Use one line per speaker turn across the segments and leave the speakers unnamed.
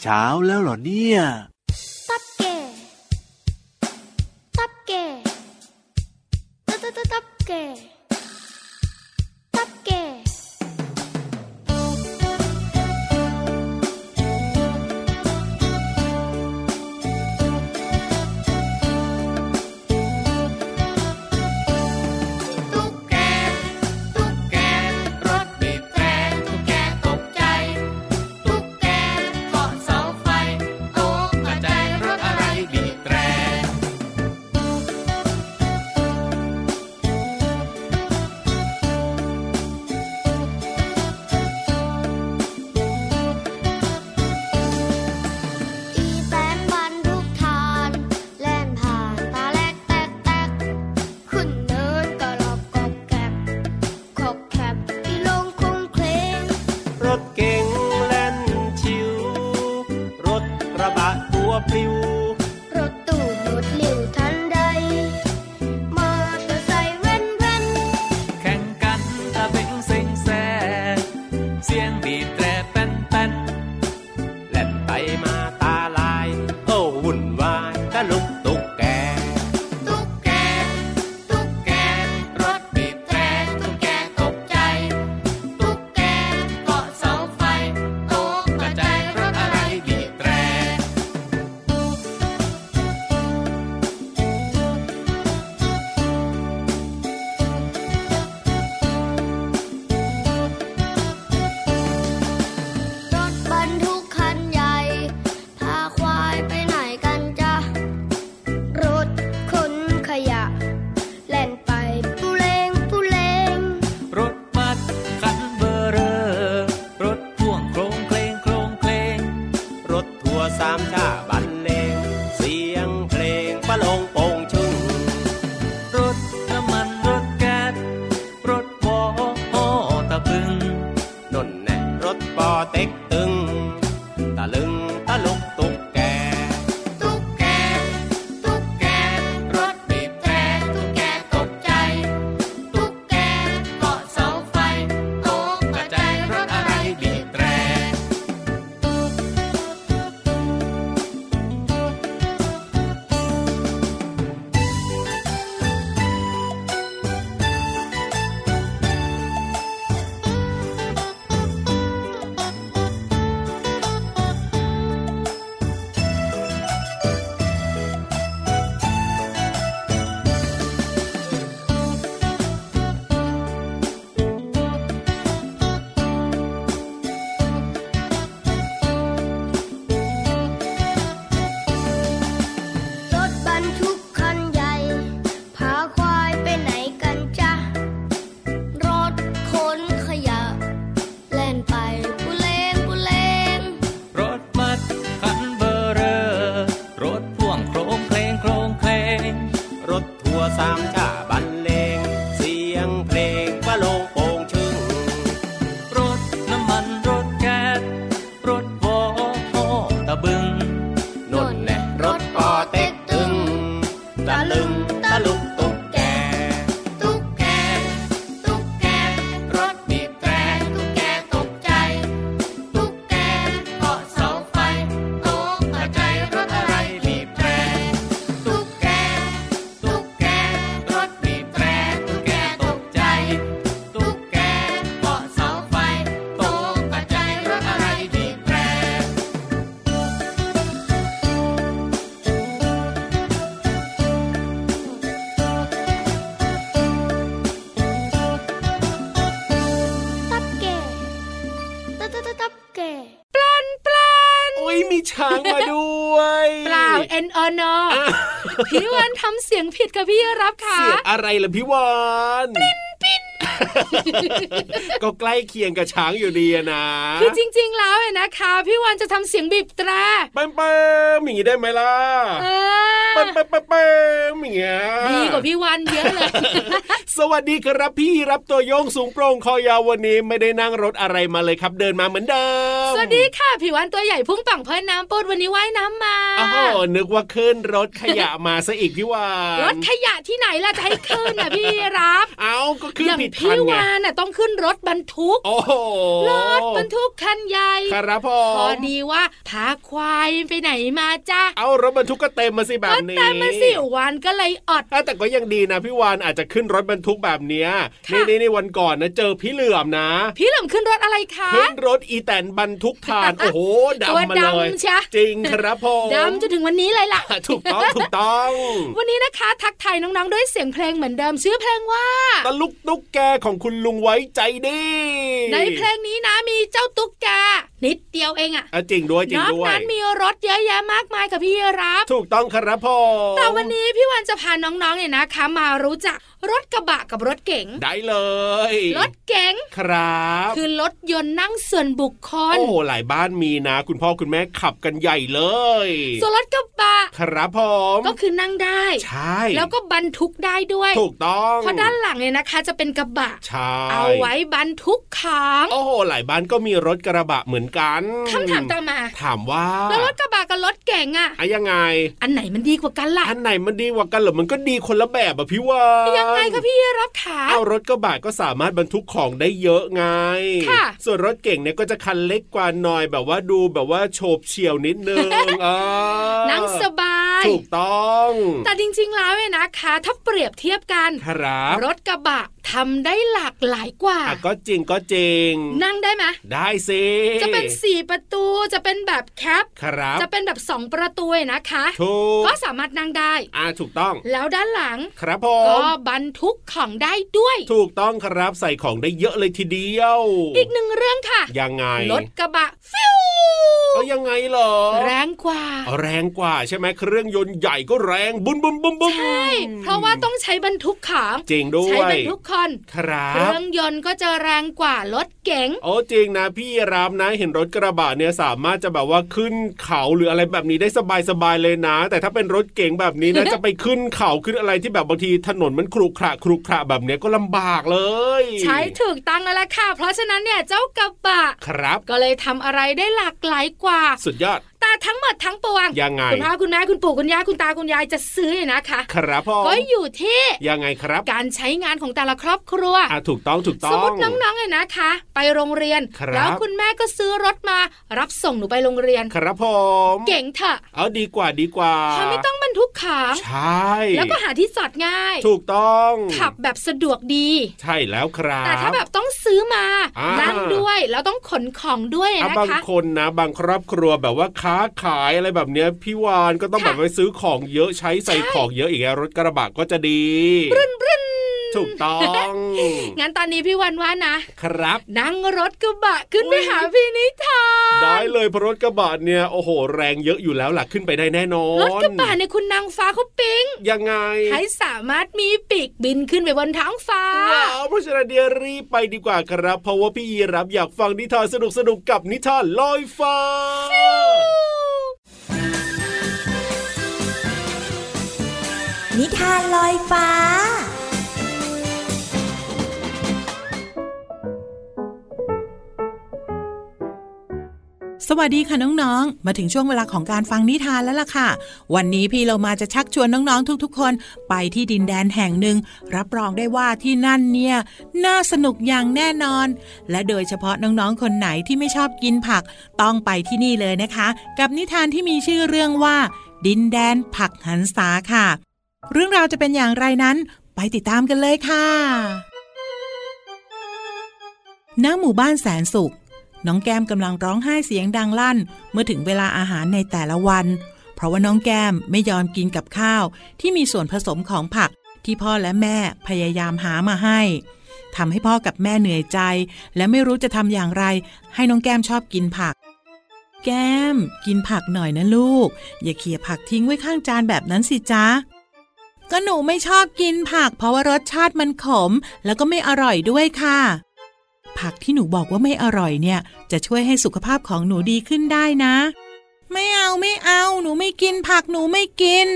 เช้าแล้วเหรอเนี่ย
ตับแก่ตับแก่ตับตับตับตับแก่ตับแก่ตุ๊กแกตุ๊กแกรถบีบแตรตุ๊กแกตกใจ ตุ๊กแกเกาะเสาไฟตกกระจายรถอะไรบีบแตร อีแป้นบรรทุกทานแล่นผ่านตาแลกแตกแตกขึ้นเนินกระรอกกอกแกบกอกแคบอีลงคงเคลง
รถเก๋งแล่นชิว รถกระบะตัวปลิว
รถตู้หยุดเลี้ยวทันใด มอเตอร์ไซค์แว่นแว่น
แข่งกันตะเบงเซ็งแซงเสียงบีบแตรแป้นแป้นแล่นไปมาตาลาย โอ้วุ่นวายตะลุกตุกแก
ตุ๊กแก ตุ๊กแก รถบีบแตรตุ๊กแกตกใจ ตุ๊กแกเกาะเสาไฟตกกระจายรถอะไรบีบแตร รถบรรทุกคันใหญ่ พาควายไปไหนกันจ๊ะ รถขนขยะ แล่นไปปูเลงปูเลง
รถมัดคันเบอร์เรอ รถพ่วงโครงเคลงโครงเคลง รถทัวร์สามชาบันเลง เสียงเพลงปะโลงโปงชึงรถน้ำมันรถแก๊สรถวอโอตะพึงนนแน่รถปอเต็กตึง ตะลึงตะลุกตุกแก
ตุ๊กแก ตุ๊กแก รถบีบแตรตุ๊กแกตกใจ ตุ๊กแกเกาะเสาไฟตกกระจายรถอะไรบีบแตร รถบรรทุกคันใหญ่ พาควายไปไหนกันจ๊ะ รถขนขยะ แล่นไปปุเลงปุเลง
รถมัดคันเบอร์เรอ รถพ่วงโครงเพลงโครงเพลง รถทัวร์สามชาบันเลง เสียงเพลงปะโลงโปงชึงรถน้ำมันรถแก๊สรถวอโอตะบึงนนแน่รถปอเต็กตึงตะลึงตะลุกตุกแก
ตุ๊กแก ตุ๊กแก รถบีบแตรตุ๊กแกตกใจ ตุ๊กแกเกาะเสาไฟตกกระจายรถอะไรบีบแตร ตุ๊กแก ตุ๊กแก รถบีบแตรตุ๊กแกตกใจ ตุ๊กแกเกาะเสาไฟตกกระจายรถอะไรบีบแตร ตับแก่ตับตับตับแก่
โอ้ยมีช้างมาด้วย
เปล่า N O N พี่วันทำเสียงผิดกับพี่รับค่ะ
เสียงอะไรล่ะพี่วานปิ้นปิ้น ก็ใกล้เคียงกับช้างอยู่ดีอะนะ
คือจริง ๆ แล้วเนี่ยนะคะ พี่วันจะทำเสียงบีบแตร
เปิ้มเปิ้มอย่างนี้ได้ไหมล่ะ
เออ
เปิ้มเปิ้มเปิ้มเปิ้มอย่างเงี้ย
ดีกว่าพี่วันเยอะเลย
สวัสดีครับพี่รับตัวโยงสูงโปร่งคอยาววันนี้ไม่ได้นั่งรถอะไรมาเลยครับ เดินมาเหมือนเดิม
สวัสดีค่ะผิววันตัวใหญ่พุ่งปังเพิ่นน้ำปนวันนี้ว่ายน้ำมา
โอ้โหนึกว่าขึ้นรถขยะมาซะอีกพี่วาน
รถขยะที่ไหนล่ะจะให้ขึ้นนะพี่รับ
เอาก็ขึ้น
อย่าง
ผิดคั
พี่
นไง
วานน่ะต้องขึ้นรถบรรทุก
โอ้โห
รถบรรทุกคันใหญ่
ครับผ
พอ
ม
ดีว่าพาควายไปไหนมาจ้า
เอารถบรรทุกก็เต็มมาสิแบบ
ก็
นี้
แต่มาสิวานก็เลยอด
อ่ะแต่ก็ยังดีนะพี่วานอาจจะขึ้นรถบรรทุกแบบเนี้ย
ค่ะ
นี่นี่นี่วันก่อนนะเจอพี่เหลื่อมนะ
พี่เหลิมขึ้นรถอะไรคะ
ขึ้นรถอีแตนบรรทุกถ่าน โอ้โห
ตัว
ดำมาเลย
ดำใช่
จริงครับผม
ดำจนถึงวันนี้เลยล่ะ
อ่ะถูกต้องถูกต้อง
วันนี้นะคะ ทักทายน้องๆด้วยเสียงเพลงเหมือนเดิมชื่อเพลงว่า
ตะลุกตุ๊กแกของคุณลุงไว้ใจดี
ในเพลงนี้นะมีเจ้าตุ๊กแกนิดเดียวเองอะ
อ่ะจริงด้วยจริ
น
ง
อก
ด้วย
นั้นมีรถเยอะแยะมากมายค่ะพี่รับ
ถูกต้องครับผม
แต่วันนี้พี่วันจะพาน้องๆเนี่ยนะคะ มารู้จักรถกระบะกับรถเก๋ง
ได้เลย
รถเก๋ง
ครับ
คือรถยนต์นั่งส่วนบุคคล
โอ้โหหลายบ้านมีนะ คุณพ่อคุณแม่ขับกันใหญ่เลย
ส่วนรถกระบะ
ครับผม
ก็คือนั่งได้
ใช่
แล้วก็บรรทุกได้ด้วย
ถูกต้อง
เพราะด้านหลังเนี่ยนะคะ จะเป็นกระบะ
ใช่
เอาไว้บรรทุกของ
โอ้โหหลายบ้านก็มีรถกระบะเหมือนกัน
คำถามต่อมา
ถามว่า
แล้วรถกระบะกับรถเก๋งอะ
อะยังไง
อันไหนมันดีกว่ากันล่ะ
อันไหนมันดีกว่ากันเหรอมันก็ดีคนละแบบอะพี่วาน
ยังไงคะพี่รับขา
เอารถกระบะก็สามารถบรรทุกของได้เยอะไง
ค่ะ
ส่วนรถเก่งเนี่ยก็จะคันเล็กกว่าหน่อยแบบว่าดูแบบว่าโฉบเฉี่ยวนิดนึงเออ
นั่งสบาย
ถูกต้อง
แต่จริงๆแล้วเนี่ยนะคะ ถ้าเปรียบเทียบกัน
ครับ
รถกระบะทำได้หลากหลายกว่า
อ่ะก็จริงก็จริง
นั่งได้ไหม
ได้สิ
จะเป็นสี่ประตูจะเป็นแบบแคป
ครับ
จะเป็นแบบสองประตูนะคะ
ถูก
ก็สามารถนั่งได้
อ่าถูกต้อง
แล้วด้านหลัง
ครับผ
ก็
ม
บรรทุกของได้ด้วย
ถูกต้องครับใส่ของได้เยอะเลยทีเดียว
อีกหนึ่งเรื่องค่ะ
ยังไง
รถกระบะฟิว
เอายังไงเหรอ
แรงกว่า
เอาแรงกว่าใช่ไหมเครื่องยนต์ใหญ่ก็แรงบุ้มบุ้มบุ้มบุ้ม
ใช่ เพราะว่าต้องใช้บรรทุกของ
จริงด้
ใช้
ว
บร
ย
รทุกคน
ครั
เครื่
บ
องยนต์ก็จะแรงกว่ารถเก๋ง
โอ้จริงนะพี่รามนะเห็นรถกระบะเนี่ยสามารถจะแบบว่าขึ้นเขาหรืออะไรแบบนี้ได้สบายๆเลยนะ แต่ถ้าเป็นรถเก๋งแบบนี้นะ จะไปขึ้นเขาขึ้นอะไรที่แบบบางทีถนนมันครุขระครุขระแบบเนี้ยก็ลำบากเลย
ใช้ถูกตั้งแล้วล่ะค่ะ เพราะฉะนั้นเนี่ยเจ้ากระบะ
ครับ
ก็เลยทำอะไรได้หลากหลายกว่า
สุ ดยอด
แต่ทั้งหมดทั้งปวง
ยังไง
คุณพ่อคุณแม่คุณปู่คุณย่าคุณตาคุณยายจะซื้อเนี่ยนะคะ
ครับพ่อ
ก็อยู่ที่
ยังไงครับ
การใช้งานของแต่ละครอบครัว
อ่ะถูกต้องถูกต้
ส
อ
มม
ง
ติน้องๆเนี่ยนะคะ ไปโรงเรียน
ครับ
แล้วคุณแม่ก็ซื้อรถมารับส่งหนูไปโรงเรียน
ครับผม
เก่งเถอะ
เอาดีกว่าดีกว่า
เพราะไม่ต้องบรรทุกของ
ใช่
แล้วก็หาที่จอดง่าย
ถูกต้อง
ขับแบบสะดวกดี
ใช่แล้วครับ
แต่ถ้าแบบต้องซื้อมา
อ่านั่
นั่งด้วย แล้วต้องขนของด้วย
อ่ะ
นะ
บาง
คะ
คนนะ บางครอบครัวแบบว่าค้าขายอะไรแบบเนี้ยพี่วานก็ต้อง
ค่ะ
แบบไปซื้อของเยอะใช้ใส่
ใช่
ของเยอะอีกแล้วรถกระบะก็จะดีถูกต้อง
งั้นตอนนี้พี่วันว่านะ
ครับ
นั่งรถกระบะขึ้นไปหาพี่นิทาน
ได้เลยเพราะรถกระบะเนี่ยโอ้โห แรงเยอะอยู่แล้วหลักขึ้นไปได้แน่นอน
รถกระบะในยคุณนางฟ้าเขาปิ๊ง
ยังไง
ให้สามารถมีปีกบินขึ้นไปบนท้องฟ้า
ว้าวเพราะฉะนั้นเดี๋ยวรีบไปดีกว่าครับ เพราะว่าพี่ยีรับอยากฟังนิทานสนุกๆ กับนิทานลอยฟ้า
นิทานลอยฟ้า
สวัสดีค่ะน้องๆ มาถึงช่วงเวลาของการฟังนิทานแล้วล่ะค่ะ วันนี้พี่เรามาจะชักชวนน้องๆ ทุกๆ คนไปที่ดินแดนแห่งหนึ่ง รับรองได้ว่าที่นั่นเนี่ย น่าสนุกอย่างแน่นอน และโดยเฉพาะน้องๆ คนไหนที่ไม่ชอบกินผักต้องไปที่นี่เลยนะคะ กับนิทานที่มีชื่อเรื่องว่า ดินแดนผักหันษาค่ะ เรื่องราวจะเป็นอย่างไรนั้นไปติดตามกันเลยค่ะ ณหมู่บ้านแสนสุข น้องแก้มกำลังร้องไห้เสียงดังลั่น เมื่อถึงเวลาอาหารในแต่ละวัน เพราะว่าน้องแก้มไม่ยอมกินกับข้าว ที่มีส่วนผสมของผักที่พ่อและแม่พยายามหามาให้ทำให้พ่อกับแม่เหนื่อยใจ และไม่รู้จะทำอย่างไร ให้น้องแก้มชอบกินผัก แก้ม กินผักหน่อยนะลูก อย่าเขี่ยผักทิ้งไว้ข้างจานแบบนั้นสิจ๊ะ ก็หนูไม่ชอบกินผัก เพราะว่ารสชาติมันขม แล้วก็ไม่อร่อยด้วยค่ะ ผักที่หนูบอกว่าไม่อร่อยเนี่ย จะช่วยให้สุขภาพของหนูดีขึ้นได้นะ ไม่เอาไม่เอา หนูไม่กินผักหนูไม่กิน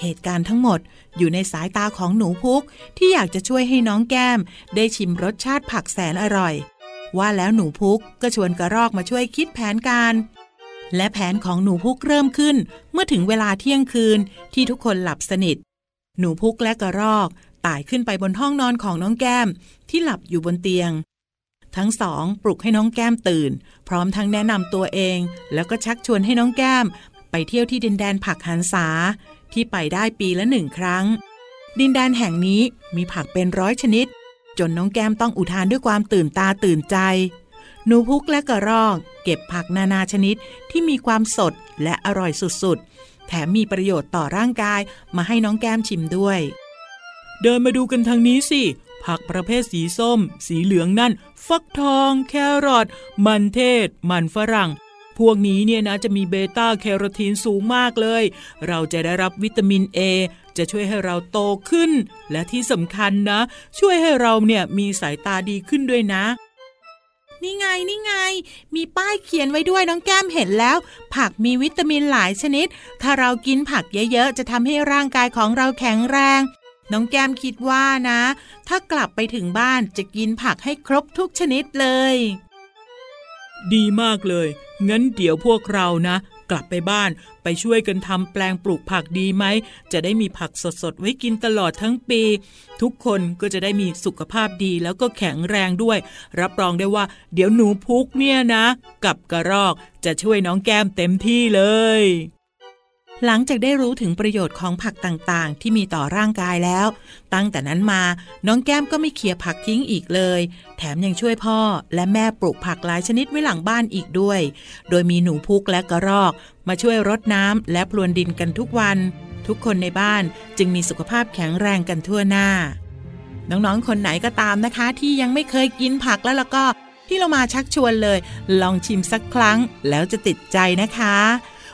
เหตุการณ์ทั้งหมดอยู่ในสายตาของหนูพุก ที่อยากจะช่วยให้น้องแก้ม ได้ชิมรสชาติผักแสนอร่อย ว่าแล้วหนูพุกก็ชวนกระรอกมาช่วยคิดแผนการ และแผนของหนูพุกเริ่มขึ้น เมื่อถึงเวลาเที่ยงคืนที่ทุกคนหลับสนิท หนูพุกและกระรอกไต่ขึ้นไปบนห้องนอนของน้องแก้ม ที่หลับอยู่บนเตียง ทั้งสองปลุกให้น้องแก้มตื่น พร้อมทั้งแนะนำตัวเอง แล้วก็ชักชวนให้น้องแก้ม ไปเที่ยวที่ดินแดนผักหันษาที่ไปได้ปีละหนึ่งครั้ง ดินแดนแห่งนี้มีผักเป็นร้อยชนิด จนน้องแก้มต้องอุทานด้วยความตื่นตาตื่นใจ หนูพุกและกระรอก เก็บผักนานาชนิดที่มีความสดและอร่อยสุดๆ แถมมีประโยชน์ต่อร่างกายมาให้น้องแก้มชิมด้วย เดินมาดูกันทางนี้สิ ผักประเภทสีส้ม สีเหลืองนั่น ฟักทอง แครอทมันเทศ มันฝรั่ง พวกนี้เนี่ยนะจะมีเบต้าแคโรทีนสูงมากเลย เราจะได้รับวิตามิน A จะช่วยให้เราโตขึ้น และที่สำคัญนะ ช่วยให้เราเนี่ยมีสายตาดีขึ้นด้วยนะ นี่ไงนี่ไง มีป้ายเขียนไว้ด้วยน้องแก้มเห็นแล้ว ผักมีวิตามินหลายชนิด ถ้าเรากินผักเยอะๆ จะทำให้ร่างกายของเราแข็งแรง น้องแก้มคิดว่านะ ถ้ากลับไปถึงบ้านจะกินผักให้ครบทุกชนิดเลย ดีมากเลย งั้นเดี๋ยวพวกเรานะ กลับไปบ้านไปช่วยกันทำแปลงปลูกผักดีไหม จะได้มีผักสดๆ ไว้กินตลอดทั้งปี ทุกคนก็จะได้มีสุขภาพดีแล้วก็แข็งแรงด้วย รับรองได้ว่า เดี๋ยวหนูพุกเนี่ยนะ กับกระรอกจะช่วยน้องแก้มเต็มที่เลย หลังจากได้รู้ถึงประโยชน์ของผักต่างๆ ที่มีต่อร่างกายแล้ว ตั้งแต่นั้นมาน้องแก้มก็ไม่เขี่ยผักทิ้งอีกเลย แถมยังช่วยพ่อและแม่ปลูกผักหลายชนิดไว้หลังบ้านอีกด้วย โดยมีหนูพุกและกระรอก มาช่วยรดน้ำและพรวนดินกันทุกวัน ทุกคนในบ้านจึงมีสุขภาพแข็งแรงกันทั่วหน้า น้องๆ คนไหนก็ตามนะคะ ที่ยังไม่เคยกินผักแล้วแล้วก็พี่เรามาชักชวนเลย ลองชิมสักครั้งแล้วจะติดใจนะคะ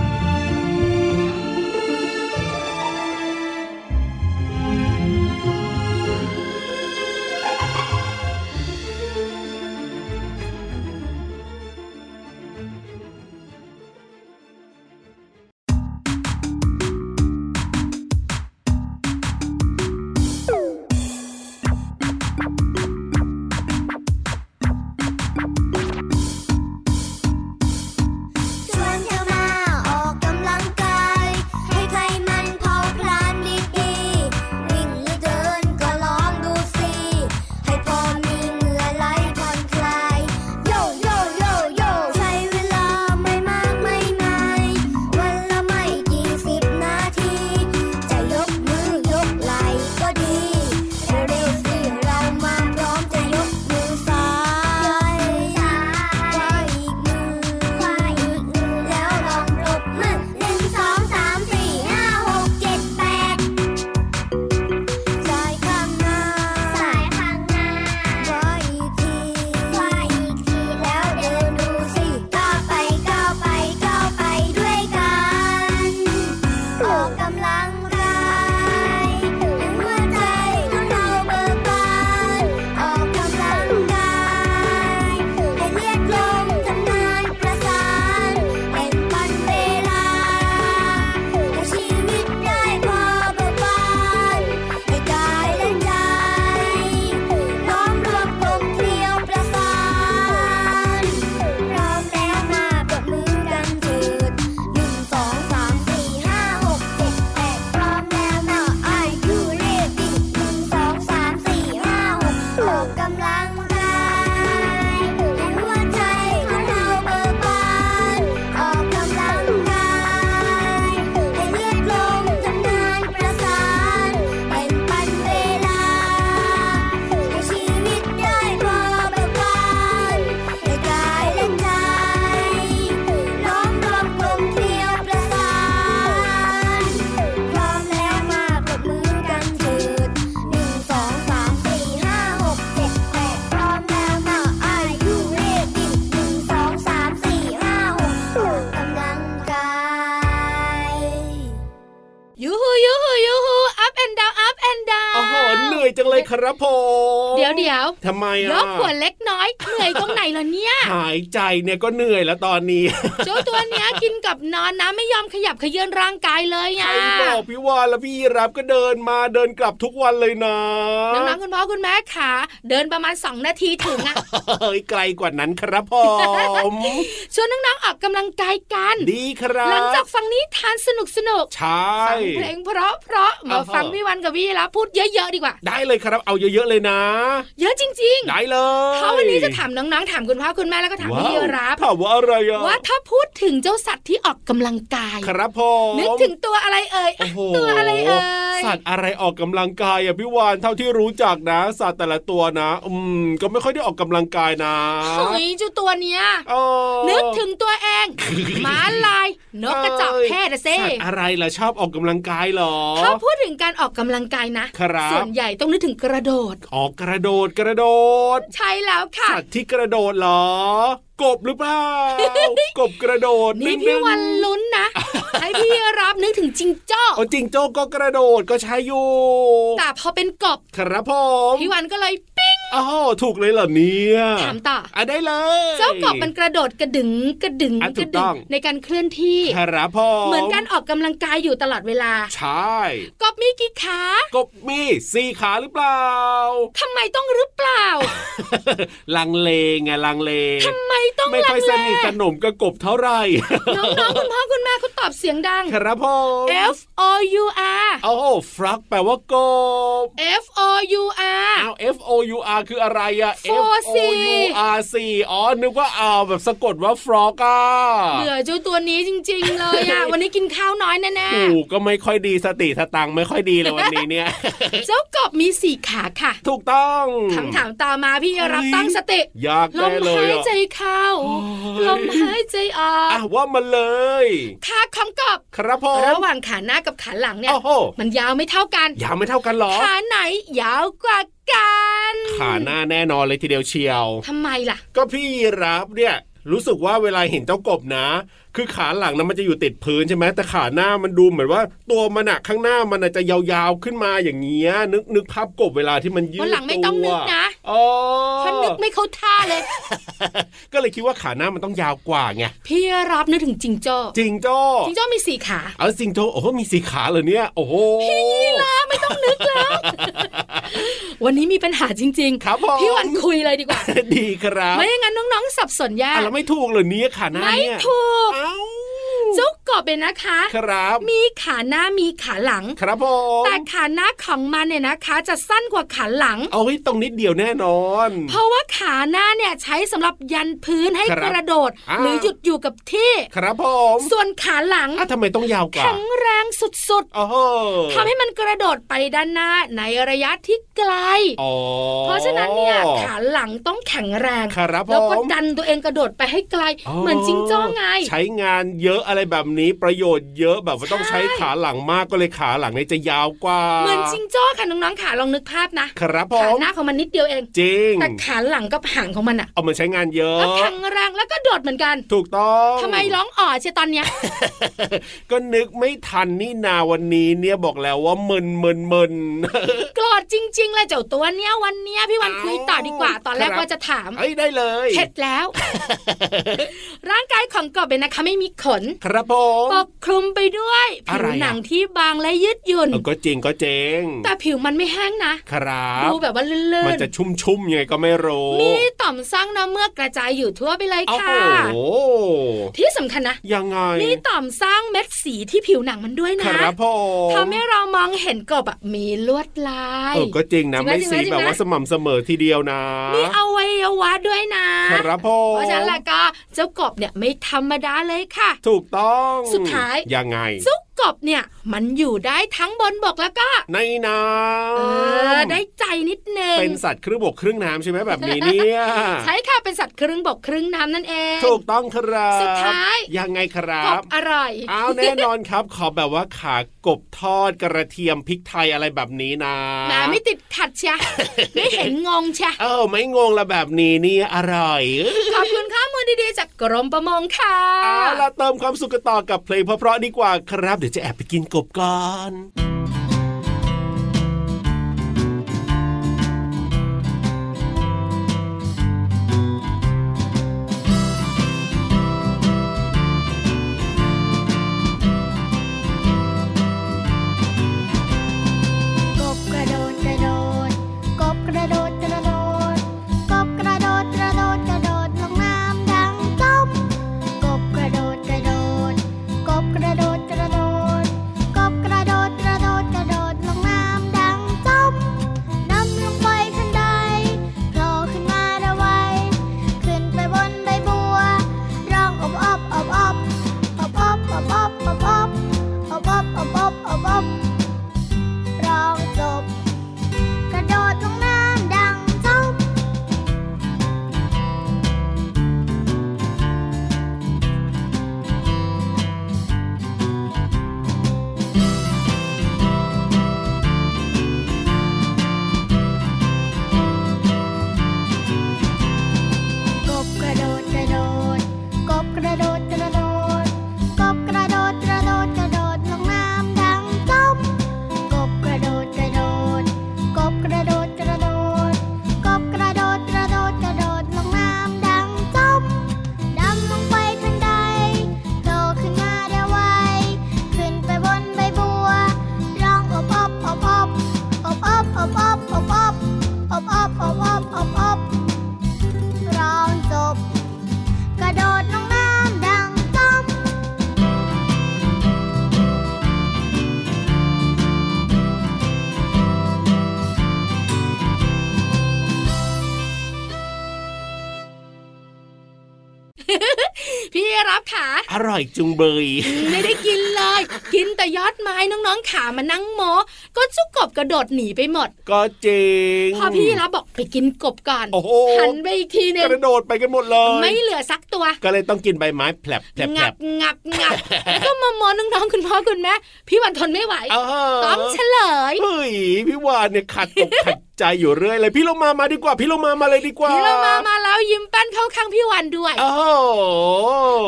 ะ
ชวนเธอมาออกกำลังกาย ให้ไขมันเผาพลาญดีๆวิ่งหรือเดินก็ลองดูสิ ให้พอมีเหงื่อไหลผ่อนคลาย โยโยโยโยใช้เวลาไม่มากไม่นานวันละไม่กี่สิบนาที จะยกมือยกไหลก็ดีเร็วๆสิเรามาพร้อมจะยกมือซ้ายซ้ายควายอีกมือควายอีกมือแล้วลองปรบมือหนึ่งสองสามสี่ห้าหกเจ็ดแปด ซ้ายข้างหน้าซ้ายข้างหน้าขวาอีกทีขวาอีกทีแล้วเดินดูสิก้าวไปก้าวไปก้าวไปด้วยกันออกกำลังกายให้หัวใจของเราเบิกบานออกกำลังกายให้เลือดลมทำงานประสานเป็นปันเวลา ให้ชีวิตได้พอเบิกบานให้กายและใจล้อมรวมกลมเกลียวประสานพร้อมแล้วมาปรบมือกันเถิดหนึ่งสองสามสี่ห้าหกเจ็ดแปดพร้อมแล้วเนาะ Are you ready หนึ่งสองสามสี่ห้าหกออกกำลังกายให้หัวใจของเราเบิกบาน ออกกำลังกาย ให้เลือดลมทำงานประสานเป็นปันเวลา ให้ชีวิตได้พอเบิกบานให้กายและใจล้อมรวมกลมเกลียวประสานพร้อมแล้วมาปรบมือกันเถิดหนึ่งสองสามสี่ห้าหกเจ็ดแปดพร้อมแล้วมา Are you ready หนึ่งสองสามสี่ห้าหกออกกำลังกาย
ยูฮูยูฮูยูฮูอัพแอนด์ดาวอัพแอนด์ดา
อ๋อเหนื่อยจังเลยครับผม
เดี๋ยวเดี๋ยว
ทำไม
ย
อ่ะ
กหัวเล็กน้อย อยเหนื่อยตรงไหนล่ะเนี่ย
หายใจเนี่ยก็เหนื่อยแล้วตอนนี้
เจ้าตัวเนี้ยกินกับนอนนะไม่ยอมขยับเขยื้อนร่างกายเลย
ใค
อ่ะ
รบอกพี่วานแล้วพี่ยีรับก็เดินมาเดินกลับทุกวันเลยนะ
น้องๆคุณพ่อคุณแม่ขาเดินประมาณ 2 นาทีถึงอ่ะ
เฮ้ยไกลกว่านั้นครับผม
ชวนน้องๆออกกำลังกายกัน
ดีครั
หลังจาก
บ
ฟังนิทานสนุกสนุก
ใช่
ฟังเพลงเพราะเพราะๆมา
อ่าฮะ
ฟังพี่วันกับพี่รับพูดเยอะๆดีกว่า
ได้เลยครับเอาเยอะๆเลยนะ
เยอะจริงๆ
ได้เลย
เพราะวันนี้จะถามน้องๆถามคุณพ่อคุณแม่แล้วก็ถามพี่
ว้ว
รับ
ถามว่าอะไรอ่ะ
ว่าถ้าพูดถึงเจ้าสัตว์ที่ออกกำลังกาย
ครับผม
นึกถึงตัวอะไรเอ่ย
โอ้โห
ตัวอะไรเอ่ย
สัตว์อะไรออกกำลังกายอ่ะพี่วานเท่าที่รู้จักนะ สัตว์แต่ละตัวนะ อืม ก็ไม่ค่อยได้ออกกำลังกายนะ
เฮ้ยเจ้าตัวเนี้ย
อ๋อ
นึกถึงตัวเอง หม้าลาย นกกระจอกแพทย์นะเซ่
สัตว์อะไรล่ะชอบออกกำลังกายเหรอ
ถ้าพูดถึงการออกกำลังกายนะครับ ส่วนใหญ่ต้องนึกถึงกระโดด
ออกกระโดดกระโดด
ใช่แล้วค่ะ
สัตว์ที่กระโดดเหรอ กบหรือเปล่า กบกระโดด
นี่
ง
พี่
ๆ
วันลุ้นนะ ให้พี่รับนึกถึงจิงโจ้
อ๋อจริงโจ้ก็กระโดดก็ใช่อยู่
แต่พอเป็นกบ
ครับผม
พี่วันก็เลยปิ้ง
อ๋อถูกเลยเหรอเนี่ย
ถามต่อ
อ่ะได้เลย
เจ้ากบมันกระโดดกระดึงกระดึง
อ่ะถู
กระ
กต้
ดึ
อง ง
ในการเคลื่อนที่
ครับผม
เหมือนการออกกำลังกายอยู่ตลอดเวลา
ใช่
กบมีกี่ขาก
บมีสี่ขาหรือเปล่า
ทำไมต้องหรือเปล่า
ลังเลไงลังเล
ทำไมต้อง
ไม่ค่อยส
ลังเล
นิทสนมกับกบเท่าไหร่
น้องๆคุณพ่อคุณแม่เขาตอบเสียงดัง
ครับผม
F O U R
โอ้ฟรักแปลว่ากบ
F O U R
อ้าว F O U R คืออะไรอะ F
Four
O
C
U R C อ๋อ นึกว่าเอาวแบบสะกดว่าฟรอกอะ
เบื่อเจ้าตัวนี้จริง ๆ เลย อ่ะ วันนี้กินข้าวน้อยแน่
หูก็ไม่ค่อยดีสติสตังค์ไม่ค่อยดีเลยวันนี้เนี่ย
ๆ เจ้ากบมีสี่ขาค่ะ
ถูกต้อง
คำถามต่อมาพี่รับตั้งสติ
ยาก
ล
แน่
ม
เลย
หาย
อะ
ใจเข้า
โอ้ย
ลมหายใจออ
อ่ะ
ก
ว่ามาเลย
ขาของกบ
ครับผม
ระหว่างขาหน้ากับขาหลังเนี่ย
โอ้โห
มันยาวไม่เท่ากัน
ยาวไม่เท่ากันเหรอ
ขาไหนยาวกว่ากัน
ขาหน้าแน่นอนเลยทีเดียวเชียว
ทำไมล่ะ
ก็พี่ยีรับเนี่ยรู้สึกว่าเวลาเห็นเจ้ากบนะ คือขาหลังนะมันจะอยู่ติดพื้นใช่ไหมแต่ขาหน้ามันดูเหมือนว่า ตัวมันอะข้างหน้ามันอะจะยาวๆขึ้นมาอย่างเงี้ยนึกนึกภาพกบเวลาที่มันยืด
วัน
ตัว
หลังไม่ต้องนึกนะ
อ๋อ
เพราะนึกไม่เข้าท่าเลย
ก็เลยคิดว่าขาหน้ามันต้องยาวกว่าไง
พี่รับนึกถึงจิงโจ้
จิงโจ้
จิงโจ้มีสี่ขา
เอาจิงโจ้โอ้โหมีสีขาเหรอเนี่ย โอ้โห
ไม่ต้องนึกแล้ว วันนี้มีปัญหาจริง
ครับผม
พี่วันคุยเลยดีกว่า
ดีครับ
ไม่อย่างนั้นน้องๆ สับสนยา
อ่ะ
ก
แล้วไม่ถูกเหรอเนี่ยขาหน้า
ไม่
เนี่ย
ถูก
เอ้า
เจ้ากบเนี่ยนะคะ
ครับ
มีขาหน้ามีขาหลัง
ครับผม
แต่ขาหน้าของมันเนี่ยนะคะ จะสั้นกว่าขาหลัง
เอาให้ตรงนิดเดียวแน่นอน
เพราะว่าขาหน้าเนี่ยใช้สำหรับยันพื้นให้
ครับ
กระโดด
อ่า
หรือหยุดอยู่กับที่
ครับผม
ส่วนขาหลัง
อ่ะทำไมต้องยาวกว่า
แข็งแรงสุด
โอ้โห
ๆทำให้มันกระโดดไปด้านหน้าในระยะที่ไกล
อ๋อ
เพราะฉะนั้นเนี่ยขาหลังต้องแข็งแรง
ครับ
แล้ว
ผ
ก็
ม
ดันตัวเองกระโดดไปให้ไกล เหมือนจิงโจ้ไง
ใช้งานเยอะอะไรแบบนี้ประโยชน์เยอะแบบว่าต้อง
ใช่
ใช้ขาหลังมากก็เลยขาหลังเนี่ยจะยาวกว่า
เหมือนจิงโจ้ค่ะน้องๆขาลองนึกภาพนะครับ
ผ
ขาม หน้าของมันนิดเดียวเอง
จริง
แต่ขาหลังกับหางของมันอ่ะ
เอามันใช้งานเยอ
ก็
ะ
แข็งแรงแล้วก็โดดเหมือนกัน
ถูกต้อง
ทำไมร้องอ๋อเชียตอนเนี้ย
ก็นึกไม่ทันนี่นาวันนี้เนี่ยบอกแล้วว่ามึนมึนมึน
โกรธจริง ๆ เลยเจ้าตัวเนี้ยวันเนี้ยพี่วัน
เอ้า
คุยต่อดีกว่า ตอนแรก
ครับ
ว่าจะถ าม
เอ้ยได้เลย
เข็ดแล้ว ร่างกายของกบเป็นนะคะไม่มีขน
ครับผม
ปกคลุมไปด้วยผิ
อะไร
ว
อะ
หนังที่บางและยืดหยุ่น
เออก็จริงก็เจ๋ง
แต่ผิวมันไม่แห้งนะ
ครับ
ดูแบบว่าลื่
มัน
น
จะชุ่มชุ่มๆยังไงก็ไม่รู้
ๆ มีต่อมสร้างน้ำเมือกกระจายอยู่ทั่วไปเลย
โอ้โห
ค่ะ ที่สำคัญนะ
ยังไง
มีต่อมสร้างเม็ดสีที่ผิวหนังมันด้วย
ค
นะ
รับผม
ทำให้เรามองเห็นกบอะมีลวดลาย
เออก็จริงนะ
จริงไหม
ไม่
จ
สี
ริงไหม
แบบว่าสม่ำเสมอทีเดียวนะ
มีอวัยวะด้วยนะ
ครับผ
เพ
ม
ราะฉะนั้นแล่ะก็เจ้ากบเนี่ยไม่ธรรมดาเลยค่ะ
ถูกต้อง
สุดท้าย
ยังไง
เจ้ากบเนี่ยมันอยู่ได้ทั้งบนบกแล้วก็
ในน้
เออ
ำ
ได้ใจนิดนึง
เป็นสัตว์ครึ่งบกครึ่งน้ำใช่ไหมแบบนี้เนี่ย
ใช่ค่ะเป็นสัตว์ครึ่งบกครึ่งน้ำนั่นเอง
ถูกต้องครับ
สุดท้าย
ยังไงครั
ก
บบ
อร่อย
เอาแน่นอนครับ ขอแบบว่าขากบทอดกระเทียมพริกไทยอะไรแบบนี้นะ
แหมาไม่ติดขัดเชีย ไม่เห็นงงเชีย
เออไม่งงละแบบนี้เนี่ยอร่อย
ขอบคุณข้อมูลดีๆ จากกรมประมงค่ะ
เอาละเติมความสุขกันต่อกับเพลงเพราะๆดีกว่าครับ เดี๋ยวจะแอบไปกินกบก่อน
รับขา
อร่อยจุงเบย
ไม่ได้กินเลย กินแต่ยอดไม้น้องๆขามานั่งโมก็จุกกบกระโดดหนีไปหมด
ก็จริง
พอพี่รับบอกไปกินกบก่อน
โอ้โห
หันไปอีกทีหนึ
ก
ง
ระโดดไปกันหมดเลย
ไม่เหลือสักตัว
ก็เลยต้องกินใบไม้แผลบแผลบแผล
งั
บบ
งับงับแล้วก็มามอนน้องๆคุณพ่อคุณแม่พี่วันทนไม่ไหว
เออ
ต้องเฉลย
เฮ้ยพี่วานเนี่ยขัดตกขัดใจอยู่เรื่อยเลย พี่เรามามาดีกว่า พี่เรามามาเลยดีกว่า
พี่เรามามาแล้วยิ้มแป้นเข้าข้างพี่วันด้วย
โอ้โห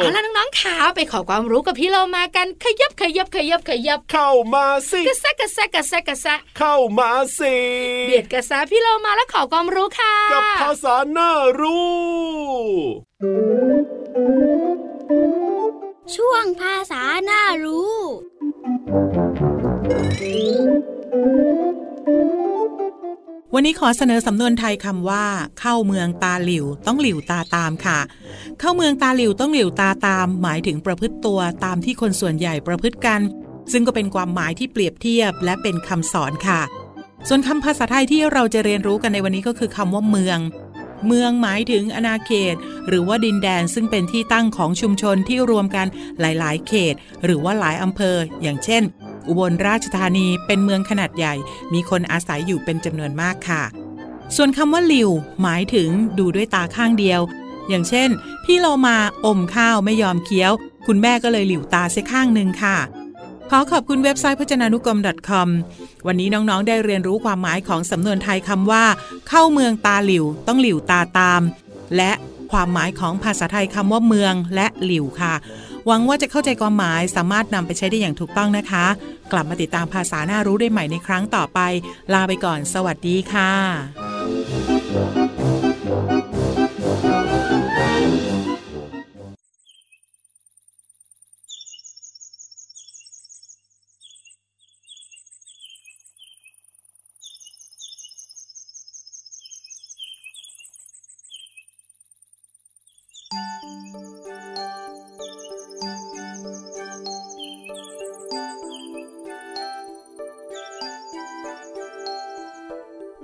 เอาล่ะน้องๆขาไปขอความรู้กับพี่เรามากันขยับขยับขยับขยับ
เข้ามาสิ
กระแซะกระแซะกระแซะกระแซะ
เข้ามาสิ
เบียดกระแซะพี่เรามาแล้วขอความรู้ค่ะ
กับภาษาหน้ารู้
ช่วงภาษาหน้ารู้
วันนี้ขอเสนอสำนวนไทยคำว่า เข้าเมืองตาหลิวต้องหลิวตาตามค่ะ เข้าเมืองตาหลิวต้องหลิวตาตาม หมายถึงประพฤติตัวตามที่คนส่วนใหญ่ประพฤติกัน ซึ่งก็เป็นความหมายที่เปรียบเทียบและเป็นคำสอนค่ะ ส่วนคำภาษาไทยที่เราจะเรียนรู้กันในวันนี้ก็คือคำว่าเมือง เมืองหมายถึงอาณาเขต หรือว่าดินแดนซึ่งเป็นที่ตั้งของชุมชนที่รวมกันหลาย ๆ เขต หรือว่าหลายอำเภอ อย่างเช่น อุบลราชธานีเป็นเมืองขนาดใหญ่ มีคนอาศัยอยู่เป็นจำนวนมากค่ะ ส่วนคำว่าหลิวหมายถึงดูด้วยตาข้างเดียว อย่างเช่น พี่เรามาอมข้าวไม่ยอมเคี้ยว คุณแม่ก็เลยหลิวตาเสียข้างหนึ่งค่ะ ขอขอบคุณเว็บไซต์พจนานุกรม .com วันนี้น้องๆ ได้เรียนรู้ความหมายของสำนวนไทยคำว่า เข้าเมืองตาหลิว ต้องหลิวตาตาม และความหมายของภาษาไทยคำว่าเมืองและหลิวค่ะ หวังว่าจะเข้าใจความหมายสามารถนำไปใช้ได้อย่างถูกต้องนะคะ กลับมาติดตามภาษาหน้ารู้ได้ใหม่ในครั้งต่อไป ลาไปก่อน สวัสดีค่ะ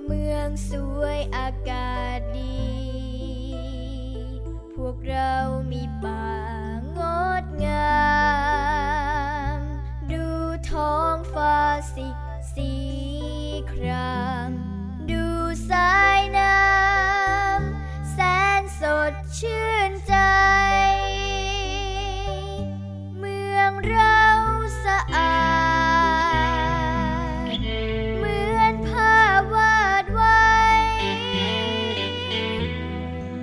เมืองสวยอากาศดี พวกเรามีป่างดงาม ดูท้องฟ้าสิสีคราม ดูสายน้ำแสนสดชื่นใจ เมืองเราสะอาด เหมือนภาพวาดไว้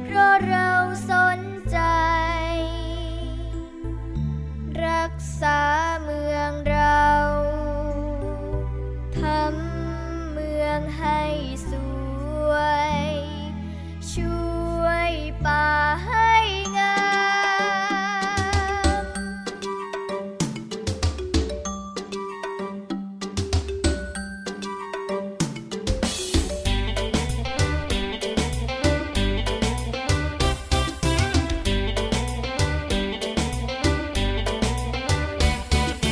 เพราะเราสนใจ รักษาเมืองเราทำเมืองให้สวย ช่วยป่าให้งาม
เ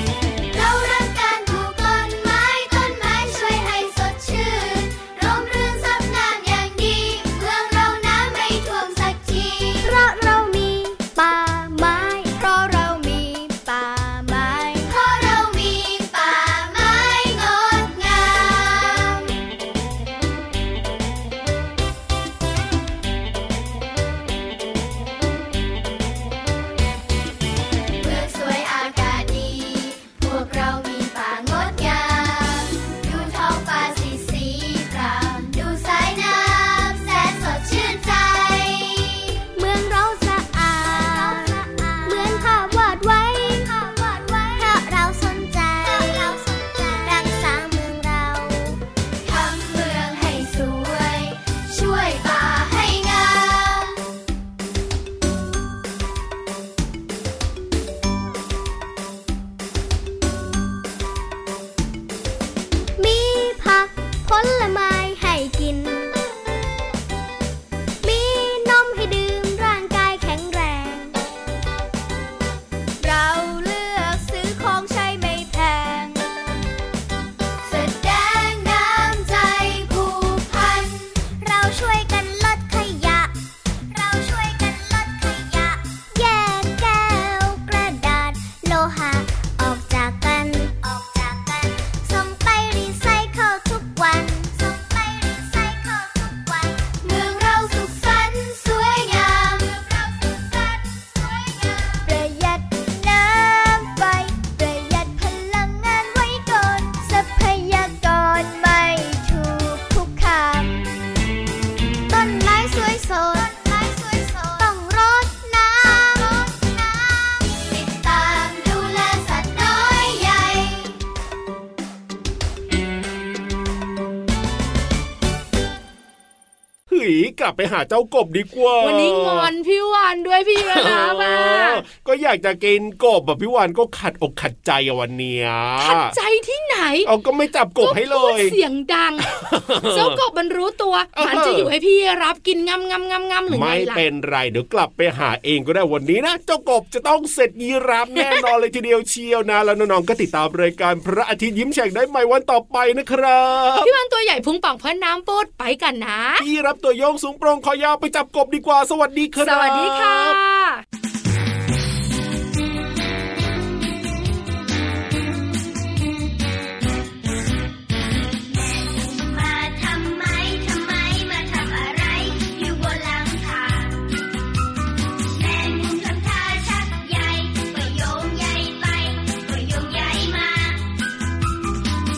กลับไปหาเจ้ากบดีกว่า
วันนี้งอนพี่วันด้วยพี่ว
อ๋
นะ
อ
มา
ก็อยากจะกินกบแบบพี่วานก็ขัดอกขัดใจอะวันเนี้ย
ขัดใจที่ไหน
เอาก็ไม่จับกบให้เล
ก็พูด
ย
เสียง ดังเจ้ากบมันรู้ตัว
เออ
มันจะอยู่ให้พี่รับกินงำงำงำงำหรือไง
ไม่
ล่ะ
เป็นไรเดี๋ยวกลับไปหาเองก็ได้วันนี้นะเจ้ากบจะต้องเสร็จยีราฟแน่นอนเลยทีเดียวเชียวนะ แล้วน้องๆก็ติดตามรายการพระอาทิตย์ยิ้มแฉ่งได้ใหม่วันต่อไป นะครับ
พี่วันตัวใหญ่พุงป่องเพื่อนน้ำโปดไปกันนะ
พี่รับตัวโยงสูงโปรงคอยาวไปจับกบดีกว่า สวัสดีครับ
สวัสดีค่ะ
มาทำไม ทำไม มาทำอะไร อยู่บนหลังคาแมงมุมทำท่าชักใยก็โยงใยไปก็โยงใยมา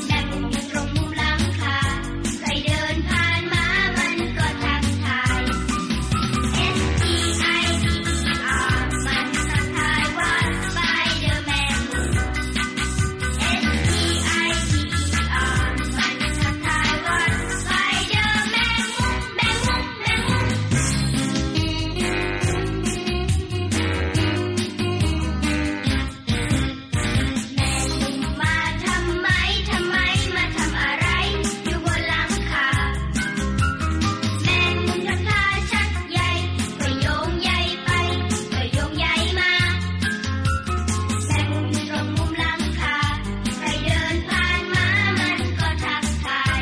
แมงมุมอยู่ตรงมุมหลังคาใครเดินผ่านมามันก็ทักทาย S E I D E R มันทักทายว่าสไปเดอร์แมน S E I D E R มันทักทายว่าสไปเดอร์แมงมุมแมงมุมแมงมุม แมงมุมมาทำไม ทำไม มาทำอะไร อยู่บนหลังคา แมงมุมทำท่าชักใยก็โยงใยไปก็โยงใยมา แมงมุมอยู่ตรงมุมหลังคา ใครเดินผ่านมา มันก็ทักทาย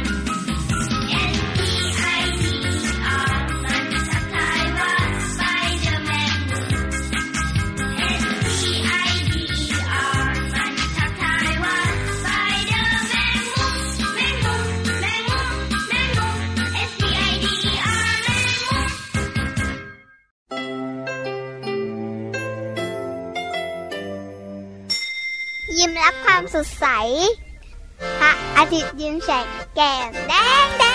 S E I D E R มันทักทายว่าไปเจอแมงมุม S E I D E R มันทักทายว่าไปเจอแมงมุมแมงมุมแมงมุมแมงมุม S E I D E R แมงมุม
ยิ้มรับความสดใส พระอาทิตย์ยิ้มแฉกแก้มแดงแดง